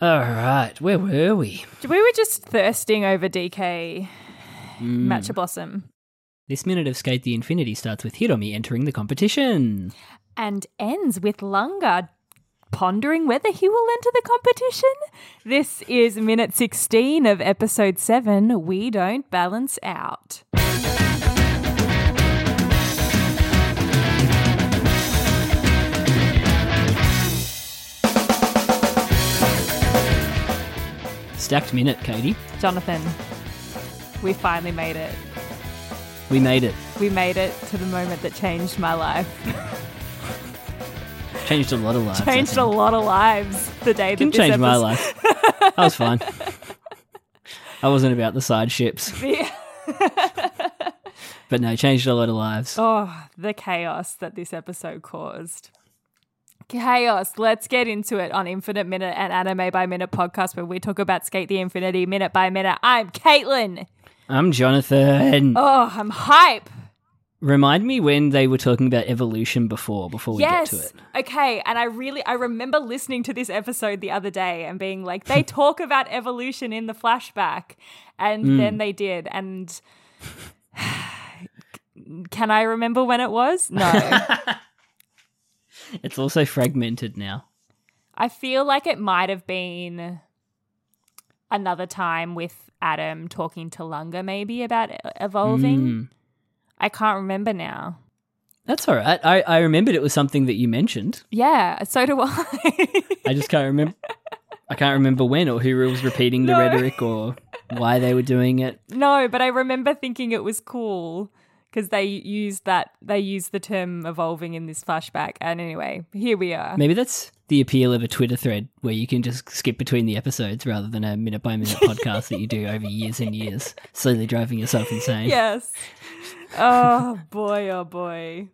All right, where were we? We were just thirsting over DK Hmm. Matcha Blossom. This minute of Skate the Infinity starts with Hiromi entering the competition. and ends with Lunga pondering whether he will enter the competition. This is minute 16 of episode 7 We Don't Balance Out. Stacked minute, Katie. Jonathan, we finally made it. We made it. We made it to the moment that changed my life. Changed a lot of lives. I Changed a think. lot of lives the day that Didn't this change my episode- life. I was fine. I wasn't about the side ships, but no, changed a lot of lives. Oh, the chaos that this episode caused. Chaos. Let's get into it on Infinite Minute and Anime by Minute podcast where we talk about Skate the Infinity minute by minute. I'm Caitlin. I'm Jonathan. Oh, I'm hype. Remind me when they were talking about evolution before, before we yes. get to it. Okay. And I really, I remember listening to this episode the other day and being like, they talk about evolution in the flashback. And Hmm. then they did. And can I remember when it was? No. It's also fragmented now. I feel like it might have been another time with Adam talking to Lunga maybe about e- evolving. I can't remember now. That's all right. I, I remembered it was something that you mentioned. Yeah, so do I. I just can't remember. I can't remember when or who was repeating the No. rhetoric or why they were doing it. no, but I remember thinking it was cool because they used that they used the term evolving in this flashback. And anyway, here we are. Maybe that's the appeal of a Twitter thread where you can just skip between the episodes rather than a minute by minute podcast that you do over years and years, slowly driving yourself insane. Yes. Oh boy, oh boy.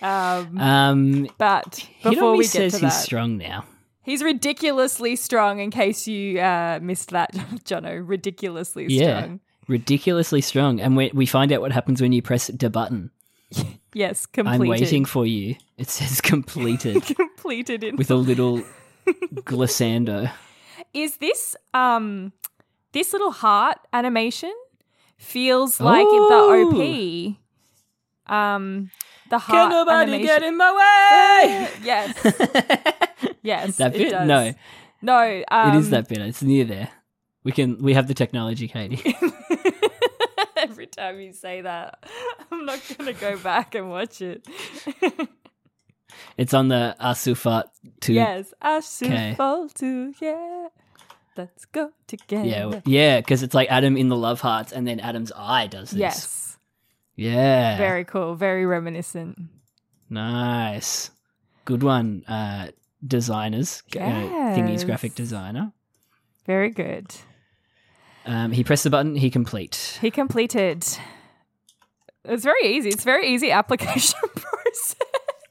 Um, Um, but before Hiromi we get says to he's that, strong now. He's ridiculously strong, in case you uh, missed that, Jono. Ridiculously Yeah. strong. Ridiculously strong. And we, we find out what happens when you press the button. Yes, I'm completed. waiting for you. It says completed completed in. with a little glissando. Is this um this little heart animation feels like the OP. Um the heart animation. in my Yes. yes. That it bit? does. No. No, um, it is that bit. It's near there. We can. We have the technology, Katie. Every time you say that, I'm not gonna go back and watch it. it's on the Asufat two. Yes, I should 'Kay. fall too. Yeah, let's go together. Yeah. w- Yeah. Because it's like Adam in the love hearts, and then Adam's eye does this. yes, Yeah. very cool, very reminiscent. nice. Good one, uh, designers. g- Uh, thingy's graphic Yes. designer. Very good. Um, he pressed the button. He complete. He completed. It's very easy. It's very easy application process.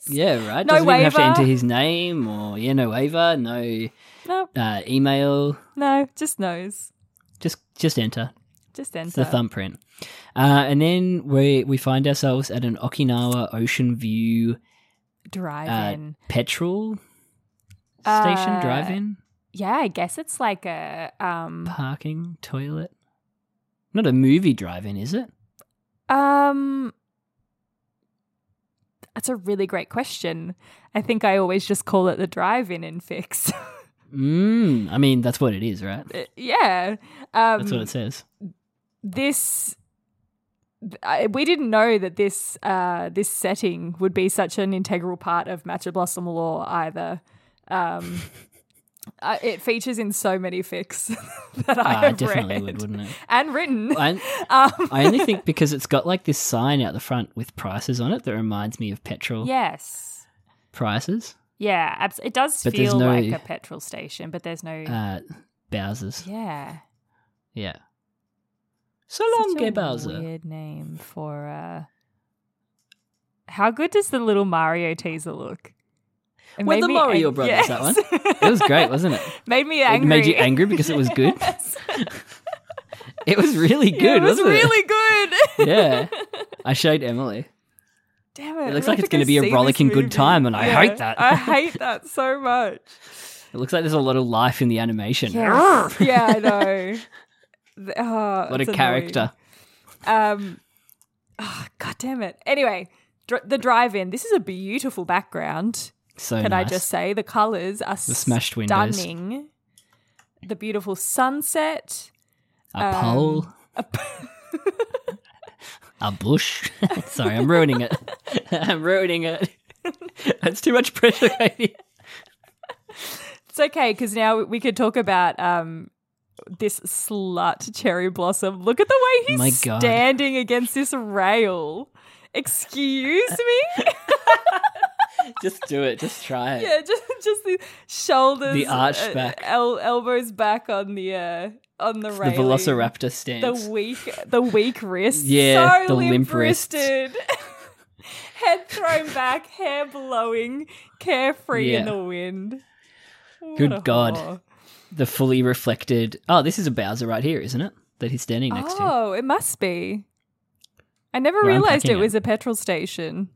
Yeah. Right. No Doesn't even have to waiver. enter his name or yeah, no waiver, no No, uh, email. no, just nose, Just just enter. just enter. It's the thumbprint. Uh, and then we we find ourselves at an Okinawa Ocean View uh, Drive-in. petrol station, Uh, drive-in, yeah, I guess it's like a um parking, toilet. Not a movie drive-in, is it? um. That's a really great question. I think I always just call it the drive-in and fix. Mm, I mean, that's what it is, right? Uh, yeah. Um, That's what it says. This. I, we didn't know that this uh, this setting would be such an integral part of Matcha Blossom lore either. Um, uh, it features in so many fics that I Ah, have definitely read would, wouldn't it? and written. I, um, I only think because it's got like this sign out the front with prices on it that reminds me of petrol yes, prices. Yeah, abs- it does But there's feel no- like a petrol station, but there's no. Uh, Bowser's. yeah. Yeah. So Such long, a Gay Bowser. Weird name for. Uh... How good does the little Mario teaser look? It Well, made the me Mario ang- Brothers, that one. Yes. It was great, wasn't it? made me angry. It made you angry because it was good. Yes. It was really Yeah, good, it was wasn't really good. it? Yeah. I showed Emily. Damn it! It looks we like have it's to go gonna be a see this rollicking good movie. time, and I hate that. I hate that so much. It looks like there's a lot of life in the animation. Yeah, yeah I know. Th- Oh, What a it's annoying. character. Um, oh, God damn it. Anyway, dr- the drive in. This is a beautiful background. So Can nice. I just say the colors are the smashed windows. stunning. The beautiful sunset. a pole. um, A bush. Sorry, I'm ruining it. I'm ruining it. That's too much pressure, Katie. It's okay because now we could talk about um, this slut cherry blossom. Look at the way he's My God. standing against this rail. Excuse me. Just do it. Just try it. yeah, just just the shoulders, The arched uh, back. el- elbows back on the uh, on the the railing. Velociraptor the stance. weak the weak wrists. Yeah, so the limp wrists. wristed. Head thrown back, hair blowing, carefree in Yeah. the wind. What Good a God. whore. the fully reflected. Oh, this is a Bowser right here, isn't it? That he's standing next to. Oh, it must be. I never We're realized it unpacking it. was a petrol station.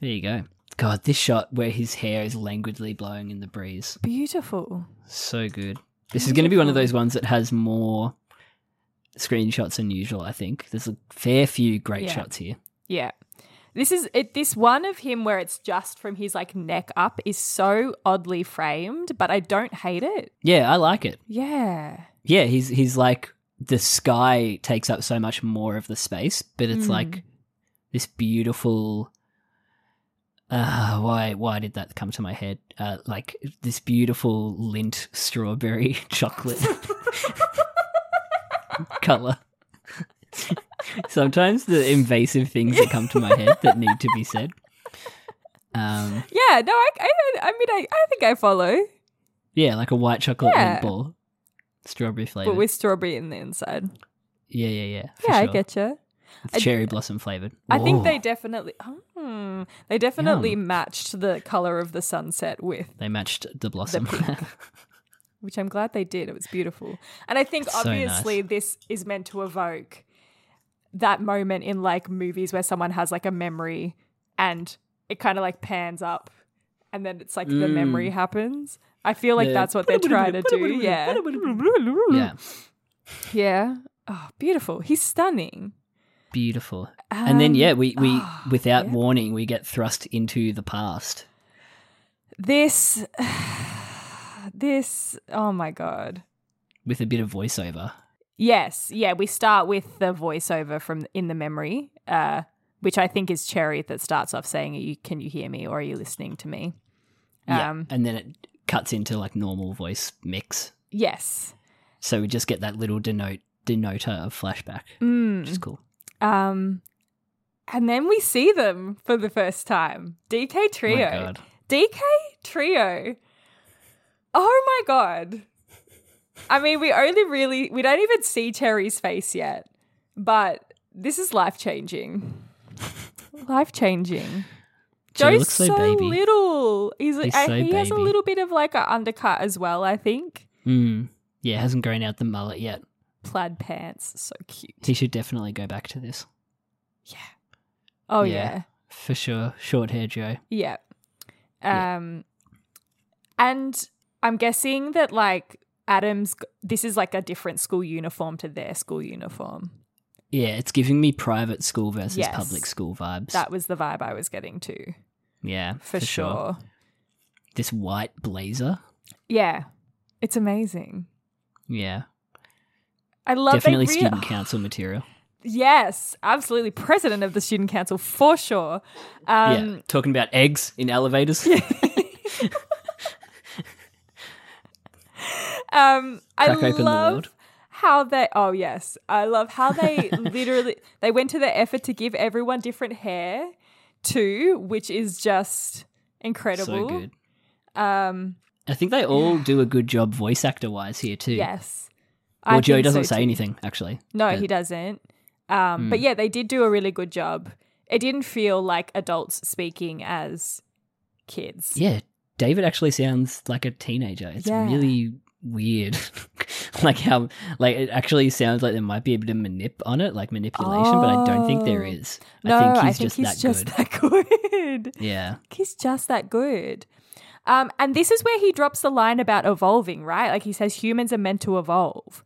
There you go. God, this shot where his hair is languidly blowing in the breeze. Beautiful. So good. This is going to be one of those ones that has more screenshots than usual, I think. There's a fair few great Yeah. shots here. Yeah. This is it this one of him where it's just from his like neck up is so oddly framed, but I don't hate it. Yeah, I like it. Yeah. Yeah, he's he's like the sky takes up so much more of the space, but it's Mm. like this beautiful. Uh, why why did that come to my head? Uh, like this beautiful lint strawberry chocolate color. Sometimes the invasive things that come to my head that need to be said. Um, Yeah, no, I I, I mean I, I think I follow, yeah, like a white chocolate Yeah. lint ball, strawberry flavor. but with strawberry in the inside. yeah, yeah, yeah. for Yeah, I sure. getcha. It's I- cherry blossom flavored. I think Ooh. they definitely hmm, they definitely matched the color of the sunset with they matched the blossom. which I'm glad they did. It was beautiful. And I think It's so obviously this is meant to evoke that moment in like movies where someone has like a memory and it kind of like pans up and then it's like the memory happens. I feel like Mm. Yeah. that's what they're trying to do. Yeah. yeah, Hmm. Yeah. Oh, beautiful. He's stunning. Um, beautiful. and then yeah, we we without ah, yeah. warning we get thrust into the past. This this oh my god. With a bit of voiceover, Yes, yeah. We start with the voiceover from in the memory, uh, which I think is Cherry that starts off saying, "Are you can you hear me or are you listening to me?" yeah, Um, and then it cuts into like normal voice mix. Yes. So we just get that little denote denoter of flashback, which Mm. is cool. Um, and then we see them for the first time. DK Oh Trio. My God, DK Trio. Oh my god. I mean, we only really we don't even see Cherry's face yet, but this is life changing. Life changing. Joe Joe's looks so so baby. little. He's, He's I, so he has a baby. little bit of like an undercut as well. I think Mm. yeah, hasn't grown out the mullet yet. plaid pants, so cute. He should definitely go back to this Oh Yeah. yeah. for sure. Short hair Joe. Yeah. Yeah. Um and I'm guessing that like Adam's g- this is like a different school uniform to their school uniform. Yeah, it's giving me private school versus Yes. public school vibes. That was the vibe I was getting to. yeah, For, sure. This white blazer. Yeah. It's amazing. Yeah. I love they Definitely rea- student council material. Yes, absolutely. President of the student council for sure. Um yeah. Talking about eggs in elevators. um I Crack open the love world. how they oh yes i love how they literally they went to the effort to give everyone different hair too which is just so incredible good. Um, I think they all do a good job voice actor wise here too. yes. I Or Joe think doesn't so say too. anything Mm. actually. No, But he doesn't. Um, But yeah, they did do a really good job. It didn't feel like adults speaking as kids. Yeah, David actually sounds like a teenager. It's Yeah. really weird. like how like it actually sounds like there might be a bit of manip on it, like manipulation, but I don't think there Oh. is. No, I think he's just that he's just good. that good. Yeah. he's just that good. Um, and this is where he drops the line about evolving, right? Like he says, humans are meant to evolve,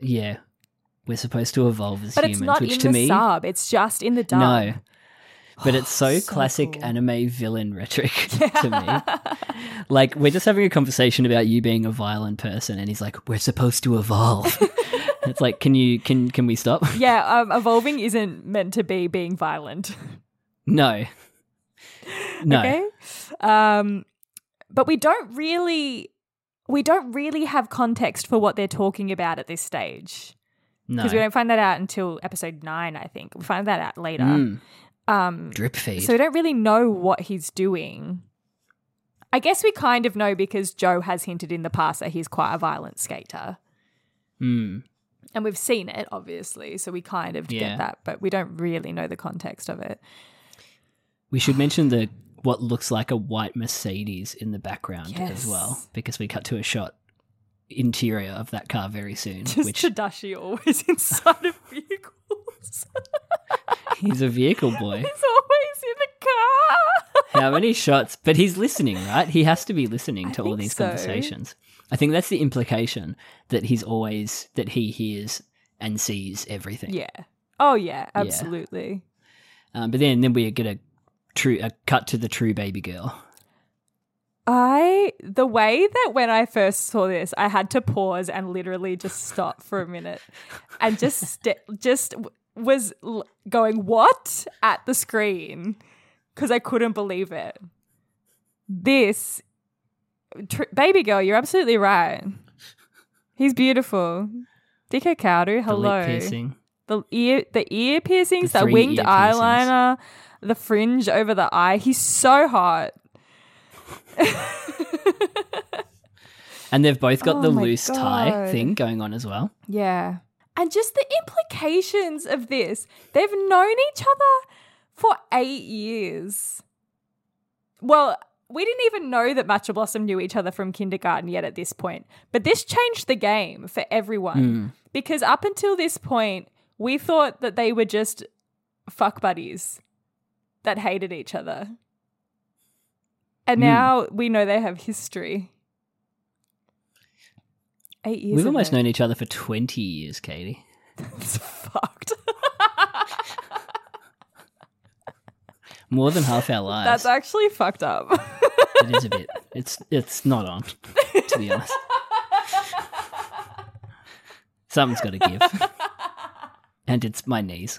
Yeah. We're supposed to evolve as but humans, it's not which in to the me sub. It's just in the dub. No. But it's so, so classic cool. anime villain rhetoric to me. Like, we're just having a conversation about you being a violent person, and he's like, "We're supposed to evolve." it's like, can you can can we stop? Yeah, um, evolving isn't meant to be being violent. No, no. Okay. Um, but we don't really, we don't really have context for what they're talking about at this stage No. because we don't find that out until episode nine. I think we find that out later. Mm, Um, drip feed. So we don't really know what he's doing. I guess we kind of know because Joe has hinted in the past that he's quite a violent skater. Mm, And we've seen it, obviously. So we kind of Yeah. get that, but we don't really know the context of it. We should mention the what looks like a white Mercedes in the background Yes. as well, because we cut to a shot interior of that car very soon, Just which Tadashi always inside of vehicles. he's a vehicle boy. he's always in the car. How many shots? But he's listening, right? He has to be listening I to all think these so. conversations. I think that's the implication that he's always that he hears and sees everything. yeah. Oh, yeah, absolutely. Um, but then, then we get a true a cut to the true baby girl. I, the way that when I first saw this, I had to pause and literally just stop for a minute and just, st- just w- was l- going, what at the screen? Because I couldn't believe it. This, tr- baby girl, you're absolutely right. He's beautiful. Dick Cowder, The hello lip piercing. the ear the ear piercings, The that three winged ear piercings. eyeliner, the fringe over the eye. He's so hot. And they've both got Oh the my loose tie God. thing going on as well. Yeah. And just the implications of this. They've known each other for eight years. Well, we didn't even know that Matcha Blossom knew each other from kindergarten yet at this point. But this changed the game for Hmm. everyone. Because up until this point, we thought that they were just fuck buddies that hated each other. And Mm. now we know they have history. Eight years. We've of almost it. known each other for twenty years, Katie. It's fucked. More than half our lives. That's actually fucked up. it is a bit. It's it's not on, to be honest. Something's got to give, and it's my knees.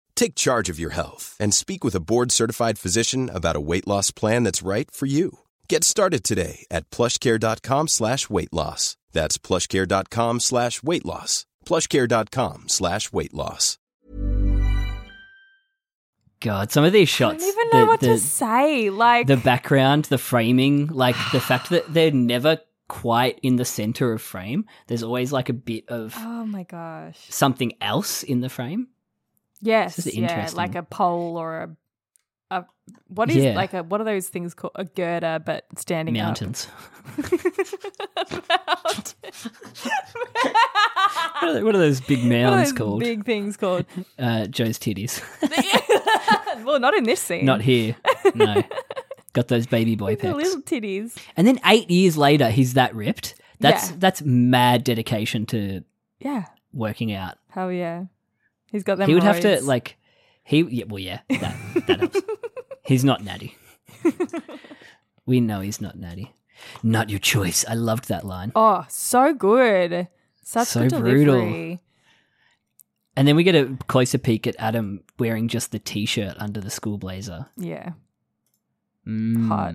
Take charge of your health and speak with a board-certified physician about a weight loss plan that's right for you. Get started today at plushcare.com slash weight loss. That's plushcare.com slash weight loss. Plushcare.com slash weight loss. God, some of these I shots. don't even know the, what the, to say. Like the background, the framing, like the fact that they're never quite in the center of frame. There's always like a bit of Oh my gosh. something else in the frame. Yes. This is yeah, interesting. like a pole or a a what is Yeah. like a what are those things called a girder but standing Mountains. up? Mountain. what, are, what are those big Ah. What are mounds those called? Big things called. Uh, Joe's titties. well, not in this scene. Not here. No. Got those baby boy the pecs. little titties. And then eight years later, he's that ripped. That's Yeah. that's mad dedication to Yeah. working out. Hell yeah. He's got them. he would have to roids. like he yeah, well yeah that, that helps. He's not natty. we know he's not natty. Not your choice. I loved that line. Oh, so good. Such So good brutal. delivery. And then we get a closer peek at Adam wearing just the t-shirt under the school blazer. Yeah. Mm, Hot.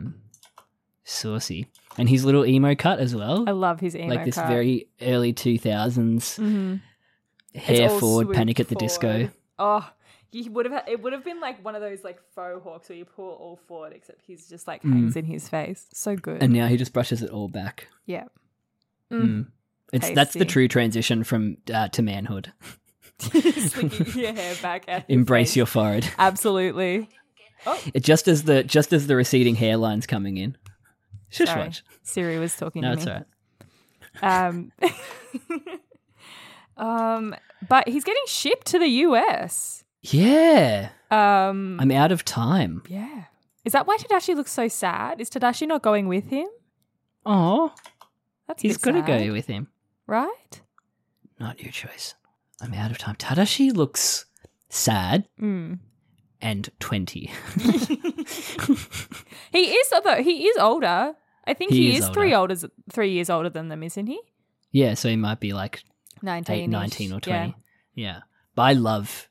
saucy, and his little emo cut as well. I love his emo like this cut. very early two thousands Mhm. It's hair all forward, swooped panic at the disco. forward. Oh, he would have. It would have been like one of those like faux hawks where you pull it all forward, except he's just like hangs in his face. So good. Hmm. And now he just brushes it all back. yeah. Mm. It's that's the Tasty. true transition from uh, to manhood. Slicking your hair back. At his Embrace face. your forehead. Absolutely. It just as the just as the receding hairline's coming in. Shush Sorry. watch. Siri was talking No, to me. it's all right. Um, um, but he's getting shipped to the US. Yeah. Um, I'm out of time. yeah. Is that why Tadashi looks so sad? Is Tadashi not going with him? Oh. That's a He's bit gotta sad, go with him. right? Not your choice. I'm out of time. Tadashi looks sad Mm. and twenty. He is although he is older. I think he, He is, is three older, three years older than them, isn't he? yeah, so he might be like Nineteen, eight, 19 or Yeah. twenty. Yeah. But I love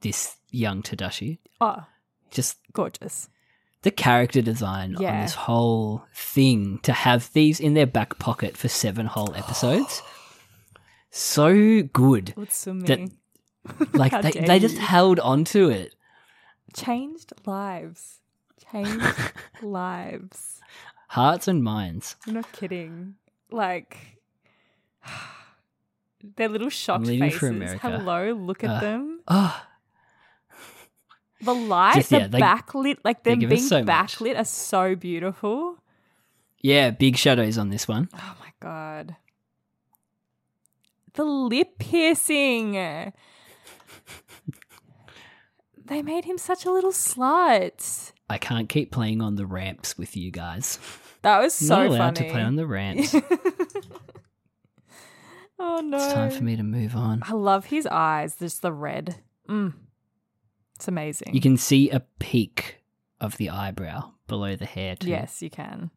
this young Tadashi. Oh, Just gorgeous. the character design on Yeah. this whole thing to have these in their back pocket for seven whole episodes. so good. Utsumi That- Like How they, dare they just you. held on to it. changed lives, changed lives. Hearts and minds. I'm not kidding. Like their little shocked leaving for faces. America. Hello, look at Uh, them. Oh, The light, just, yeah, the they- backlit, like they them give us being so much. backlit are so beautiful. yeah, big shadows on this one. Oh my god. The lip piercing. They made him such a little slut. I can't keep playing on the ramps with you guys. That was Not so allowed funny. to play on the ramps. oh no. it's time for me to move on. I love his eyes, just the red. Mm. It's amazing. You can see a peak of the eyebrow below the hair too. Yes, you can.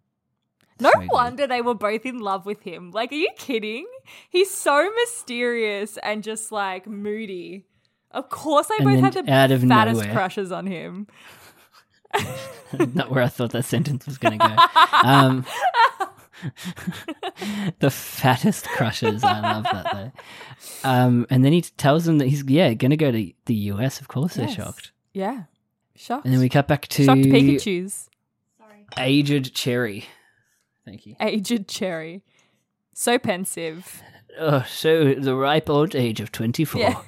No So good. wonder they were both in love with him. Like, are you kidding? He's so mysterious and just like moody. Of course, they And both had then the out of fattest nowhere. crushes on him. Not where I thought that sentence was going to go. Um, the fattest crushes. I love that though. Um, and then he tells them that he's yeah going to go to the US. Of course, Yes. they're shocked. Yeah, shocked. And then we cut back to shocked Pikachu's aged Cherry. Thank you. aged cherry, so pensive. Oh, so the ripe old age of twenty four. Yeah.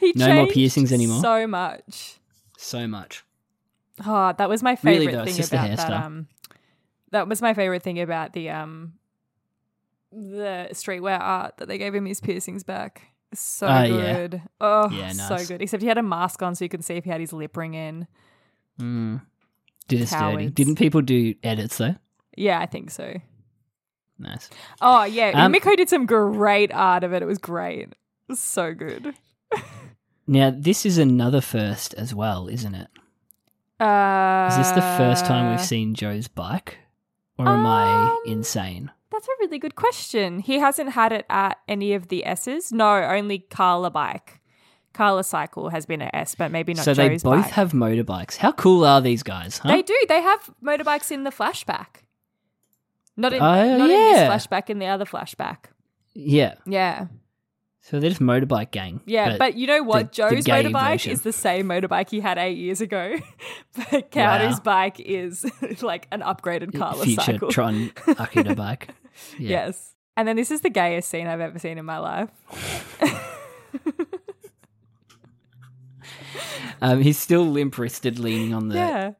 He No more changed piercings anymore? So much. So much. Oh, that was my favorite Really, though, it's thing just the about that. hairstyle. Um, that was my favorite thing about the um, the streetwear art that they gave him his piercings back. So Oh, yeah. good. Oh, Yeah, so nice. good. Except he had a mask on, so you could see if he had his lip ring in. Mm. Did us dirty. Cowards. Didn't people do edits though? Yeah, I think so. Nice. Oh yeah, Um, Miko did some great art of it. It was great. It was so good. Now this is another first as well, isn't it? Uh, Is this the first time we've seen Joe's bike? Or am I Um, insane? That's a really good question. He hasn't had it at any of the S's. No, only Carla Bike. Carla Cycle has been an S, but maybe not So they Joe's both bike. have motorbikes. How cool are these guys, huh? They do. They have motorbikes in the flashback. Not in, Oh, not in yeah. this flashback, in the other flashback. yeah. Yeah. So they're just motorbike gang. Yeah, but, you know what? the- the Joe's gay motorbike version. is the same motorbike he had eight years ago, but Cowder's Wow. bike is like an upgraded Carla future cycle. Tron Akita bike. Yeah. Yes. And then this is the gayest scene I've ever seen in my life. Um, he's still limp wristed, leaning on the yeah.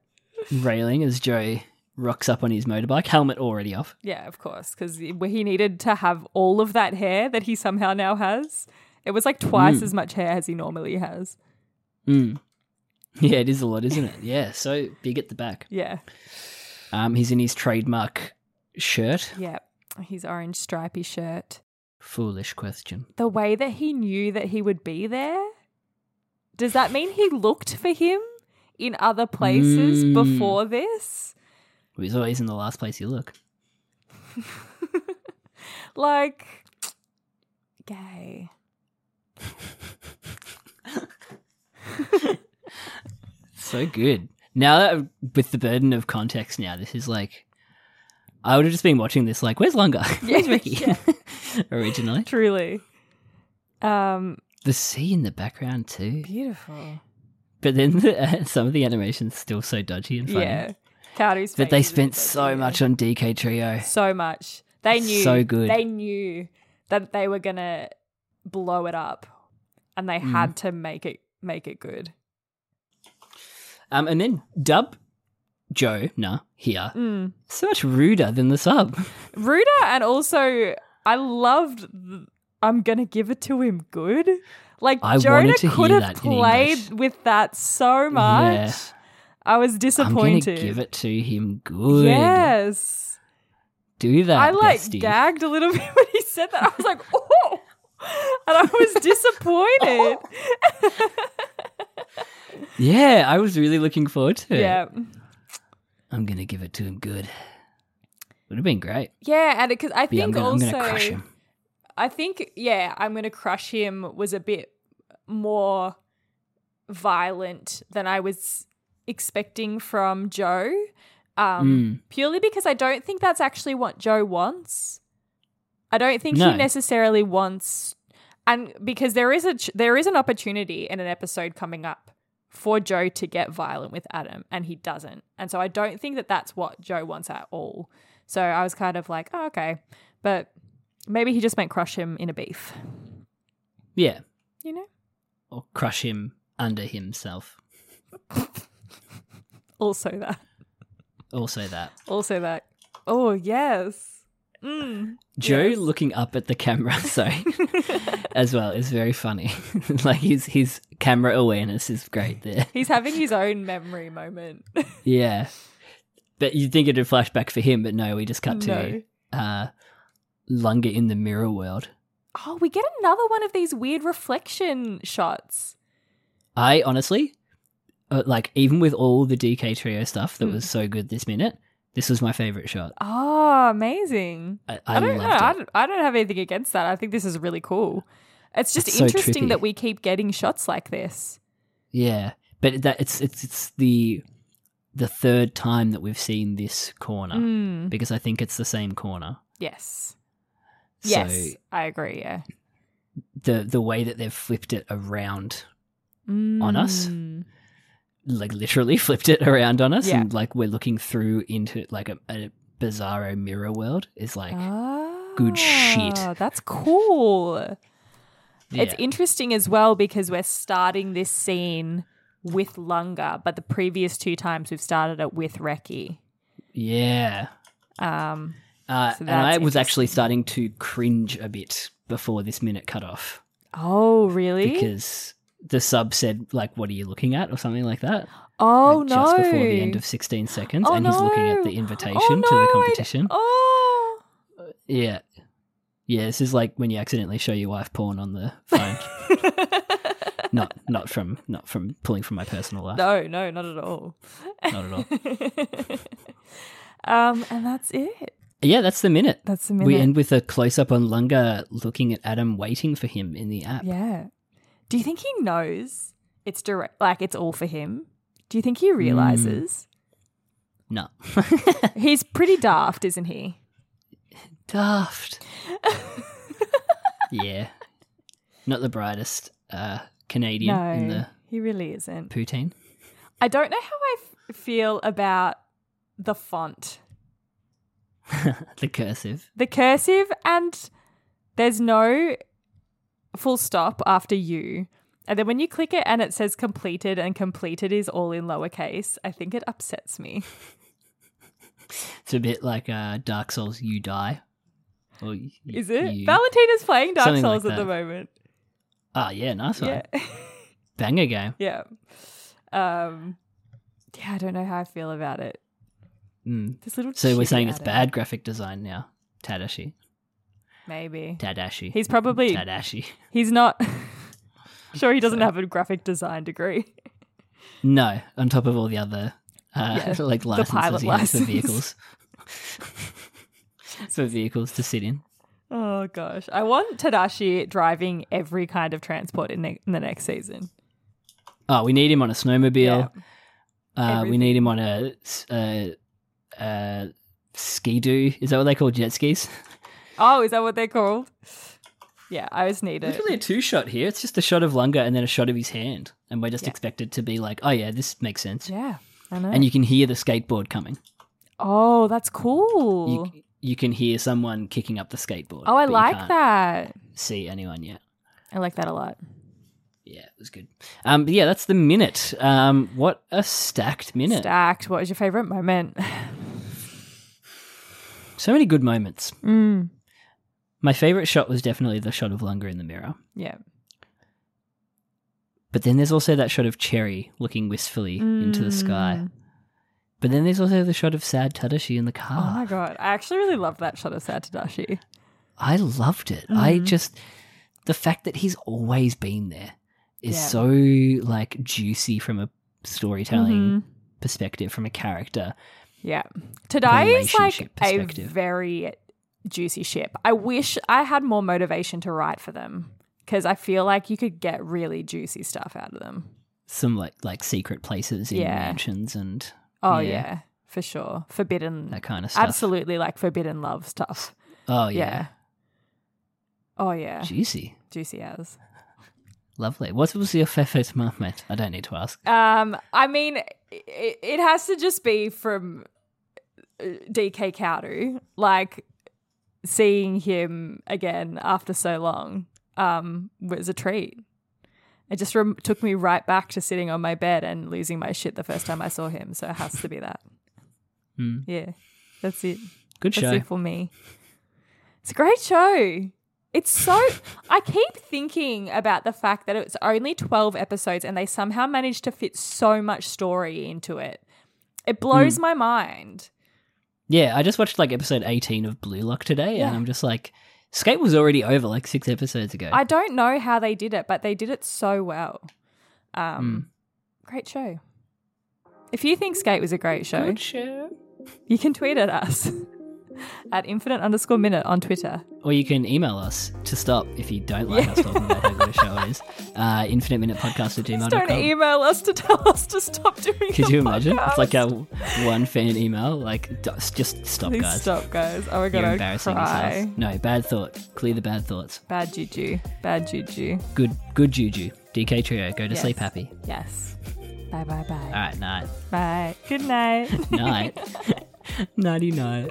railing as Joe rocks up on his motorbike, helmet already off. Yeah, of course, because he he needed to have all of that hair that he somehow now has. It was like Mm. twice as much hair as he normally has. Hmm. Yeah, it is a lot, isn't it? Yeah, so big at the back. Yeah, Um, he's in his trademark shirt. yeah. His orange stripy shirt. Foolish question. The way that he knew that he would be there. Does that mean he looked for him in other places Mm. before this? He's always in the last place you look. Like, gay. So good. Now that I'm- with the burden of context, now this is like, I would have just been watching this like, where's Lunga? Where's Ricky? Originally, Truly. Um, the sea in the background too, beautiful. but then the, uh, some of the animation's still so dodgy and funny. Yeah. Cowdery's But they face is spent like, so yeah. much on DK Trio. so much. They knew So good. They knew that they were gonna blow it up, and they Mm. had to make it make it good. Um, and then dub Joe, nah, here. Mm. So much ruder than the sub. Ruda, and also I loved. th- I'm gonna give it to him good. Like I Jonah wanted to hear could have that in played English. with that so much. Yeah. I I'm was gonna disappointed. give it to him good. Ah, Yes, Do that. I like bestie. gagged a little bit when he said that. I was like, oh, and I was Oh. disappointed. Yeah, I was really looking forward to it. yeah. I'm gonna give it to him good. Would have been great. Yeah, and because I But yeah, I'm think gonna, I'm also gonna crush him. I think yeah, I'm gonna crush him was a bit more violent than I was expecting from Joe, um, purely because I don't think that's actually what Joe wants. I don't think No. he necessarily wants, and because there is a ch- there is an opportunity in an episode coming up for Joe to get violent with Adam, and he doesn't, and so I don't think that that's what Joe wants at all. So I was kind of like, oh, okay, but maybe he just meant crush him in a beef, Yeah, you know. or crush him under himself. Also that, Also that also that. Oh yes, mm. Joe looking up at the camera, sorry, as well is very funny. like his his camera awareness is great there. he's having his own memory moment. Yeah. But you'd think it'd flash back for him, but no, we just cut No. to uh, Lunga in the mirror world. Oh, we get another one of these weird reflection shots. I honestly, uh, like, even with all the DK Trio stuff Hmm. that was so good this minute, this was my favorite shot. Oh, amazing. I, I, don't know. loved I it. don't, I don't have anything against that. I think this is really cool. It's just It's so interesting trippy. that we keep getting shots like this. Yeah, but that it's it's it's the the third time that we've seen this corner Mm. because I think it's the same corner. Yes. So yes. I agree. Yeah. the the way that they've flipped it around on us? Mm. like literally flipped it around on us Yeah. and like we're looking through into like a, a bizarro mirror world is like Ah, good shit. That's cool. It's yeah. interesting as well because we're starting this scene with Lunga, but the previous two times we've started it with Reki. yeah Um, uh, So and i that's was actually starting to cringe a bit before this minute cut off oh, really? because the sub said like what are you looking at or something like that oh, like, just no. before the end of 16 seconds Oh, and he's looking at no. the invitation Oh, to no, I the d- competition Oh. yeah yeah this is like when you accidentally show your wife porn on the phone not not from not from pulling from my personal life No, no, not at all. not at all Um, and that's it. Yeah, that's the minute. That's the We minute. end with a close up on Lunga looking at Adam waiting for him in the app. Yeah. Do you think he knows it's direct? Like it's all for him. Do you think Hmm. he realizes No. he's pretty daft, isn't he? Daft. yeah. Not the brightest uh, Canadian no, in the he really isn't. poutine. I don't know how I f- feel about the font, the cursive. the cursive, and there's no full stop after you. And then when you click it and it says completed and completed is all in lowercase, I think it upsets me. It's a bit like uh, Dark Souls You Die. Or y- Is it? you- Valentina's playing Dark Something like Souls at the that. moment. Oh, yeah, nice one. Yeah. Banger game. yeah. Um yeah, I don't know how I feel about it. Mm. This little So we're shitty saying it's adder. bad graphic design now. Tadashi. Maybe. Tadashi. He's probably Tadashi. he's not sure he doesn't have a graphic design degree. No, on top of all the other uh, Yeah, like licenses pilot he has for license. vehicles. for vehicles to sit in. Oh gosh. I want Tadashi driving every kind of transport in, ne- in the next season. Oh, we need him on a snowmobile. uh, we Everything. need him on a, s- a, a ski doo. Is that what they call jet skis? Oh, is that what they're called? Yeah, I just need There's it. really a two shot here. It's just a shot of Lunga and then a shot of his hand. And we're just expected to be like, oh, yeah, this makes sense. Yeah, I know. And you can hear the skateboard coming. oh, that's cool. You, you can hear someone kicking up the skateboard. oh, I but you like can't that. See anyone yet. I like that a lot. Yeah, it was good. Um, but yeah, that's the minute. Um, what a stacked minute. Stacked. What was your favorite moment? So many good moments. Mm. My favorite shot was definitely the shot of Lunga in the mirror. Yeah. But then there's also that shot of Cherry looking wistfully into the sky. Mm. But then there's also the shot of sad Tadashi in the Oh car. my god, I actually really love that shot of Sad Tadashi. I loved it. I Mm-hmm. just the fact that he's always been there is Yeah. so like juicy from a Mm-hmm. storytelling perspective, from a character. Yeah. Tadai is like relationship a perspective. very juicy ship. I wish I had more motivation to write for them because I feel like you could get really juicy stuff out of them. Some like like secret places in Yeah. mansions and Oh, yeah, Yeah. for sure. Forbidden. that kind of stuff. Absolutely like forbidden love stuff. Oh Yeah. yeah. Oh, yeah. Juicy. juicy as. Lovely. What was your favorite moment? I don't need to ask. Um, I mean, it, it has to just be from uh, DK Cowdery, like seeing him again after so long um, was a treat. It just rem- took me right back to sitting on my bed and losing my shit the first time I saw him. So it has to be that. Hmm. Yeah, that's it. Good That's show. it for me. It's a great show. It's so. I keep thinking about the fact that it's only 12 episodes and they somehow managed to fit so much story into it. It blows Hmm. my mind. Yeah, I just watched like episode 18 of Blue Lock today Yeah. and I'm just like Skate was already over like 6 episodes ago. I don't know how they did it, but they did it so well. Um, Hmm. Great show. If you think Skate was a great show, you can tweet at us at infinite underscore minute on Twitter. Or you can email us to stop if you don't like us talking about how good a show it is. Uh, infinite Minute Podcast at Just don't gmail.com. email us to tell us to stop doing Could the you imagine? It's like uh, podcast. our one fan email. Like, d- just stop, Please guys. stop, guys. Oh my god, You're I'd embarrassing cry. yourselves. No, bad thought. Clear the bad thoughts. Bad juju. Bad juju. Good, good juju. DK Trio, go to Yes. sleep happy. Ah. Yes. Bye bye All bye. right, night. Bye. Good night. Night. Nighty night.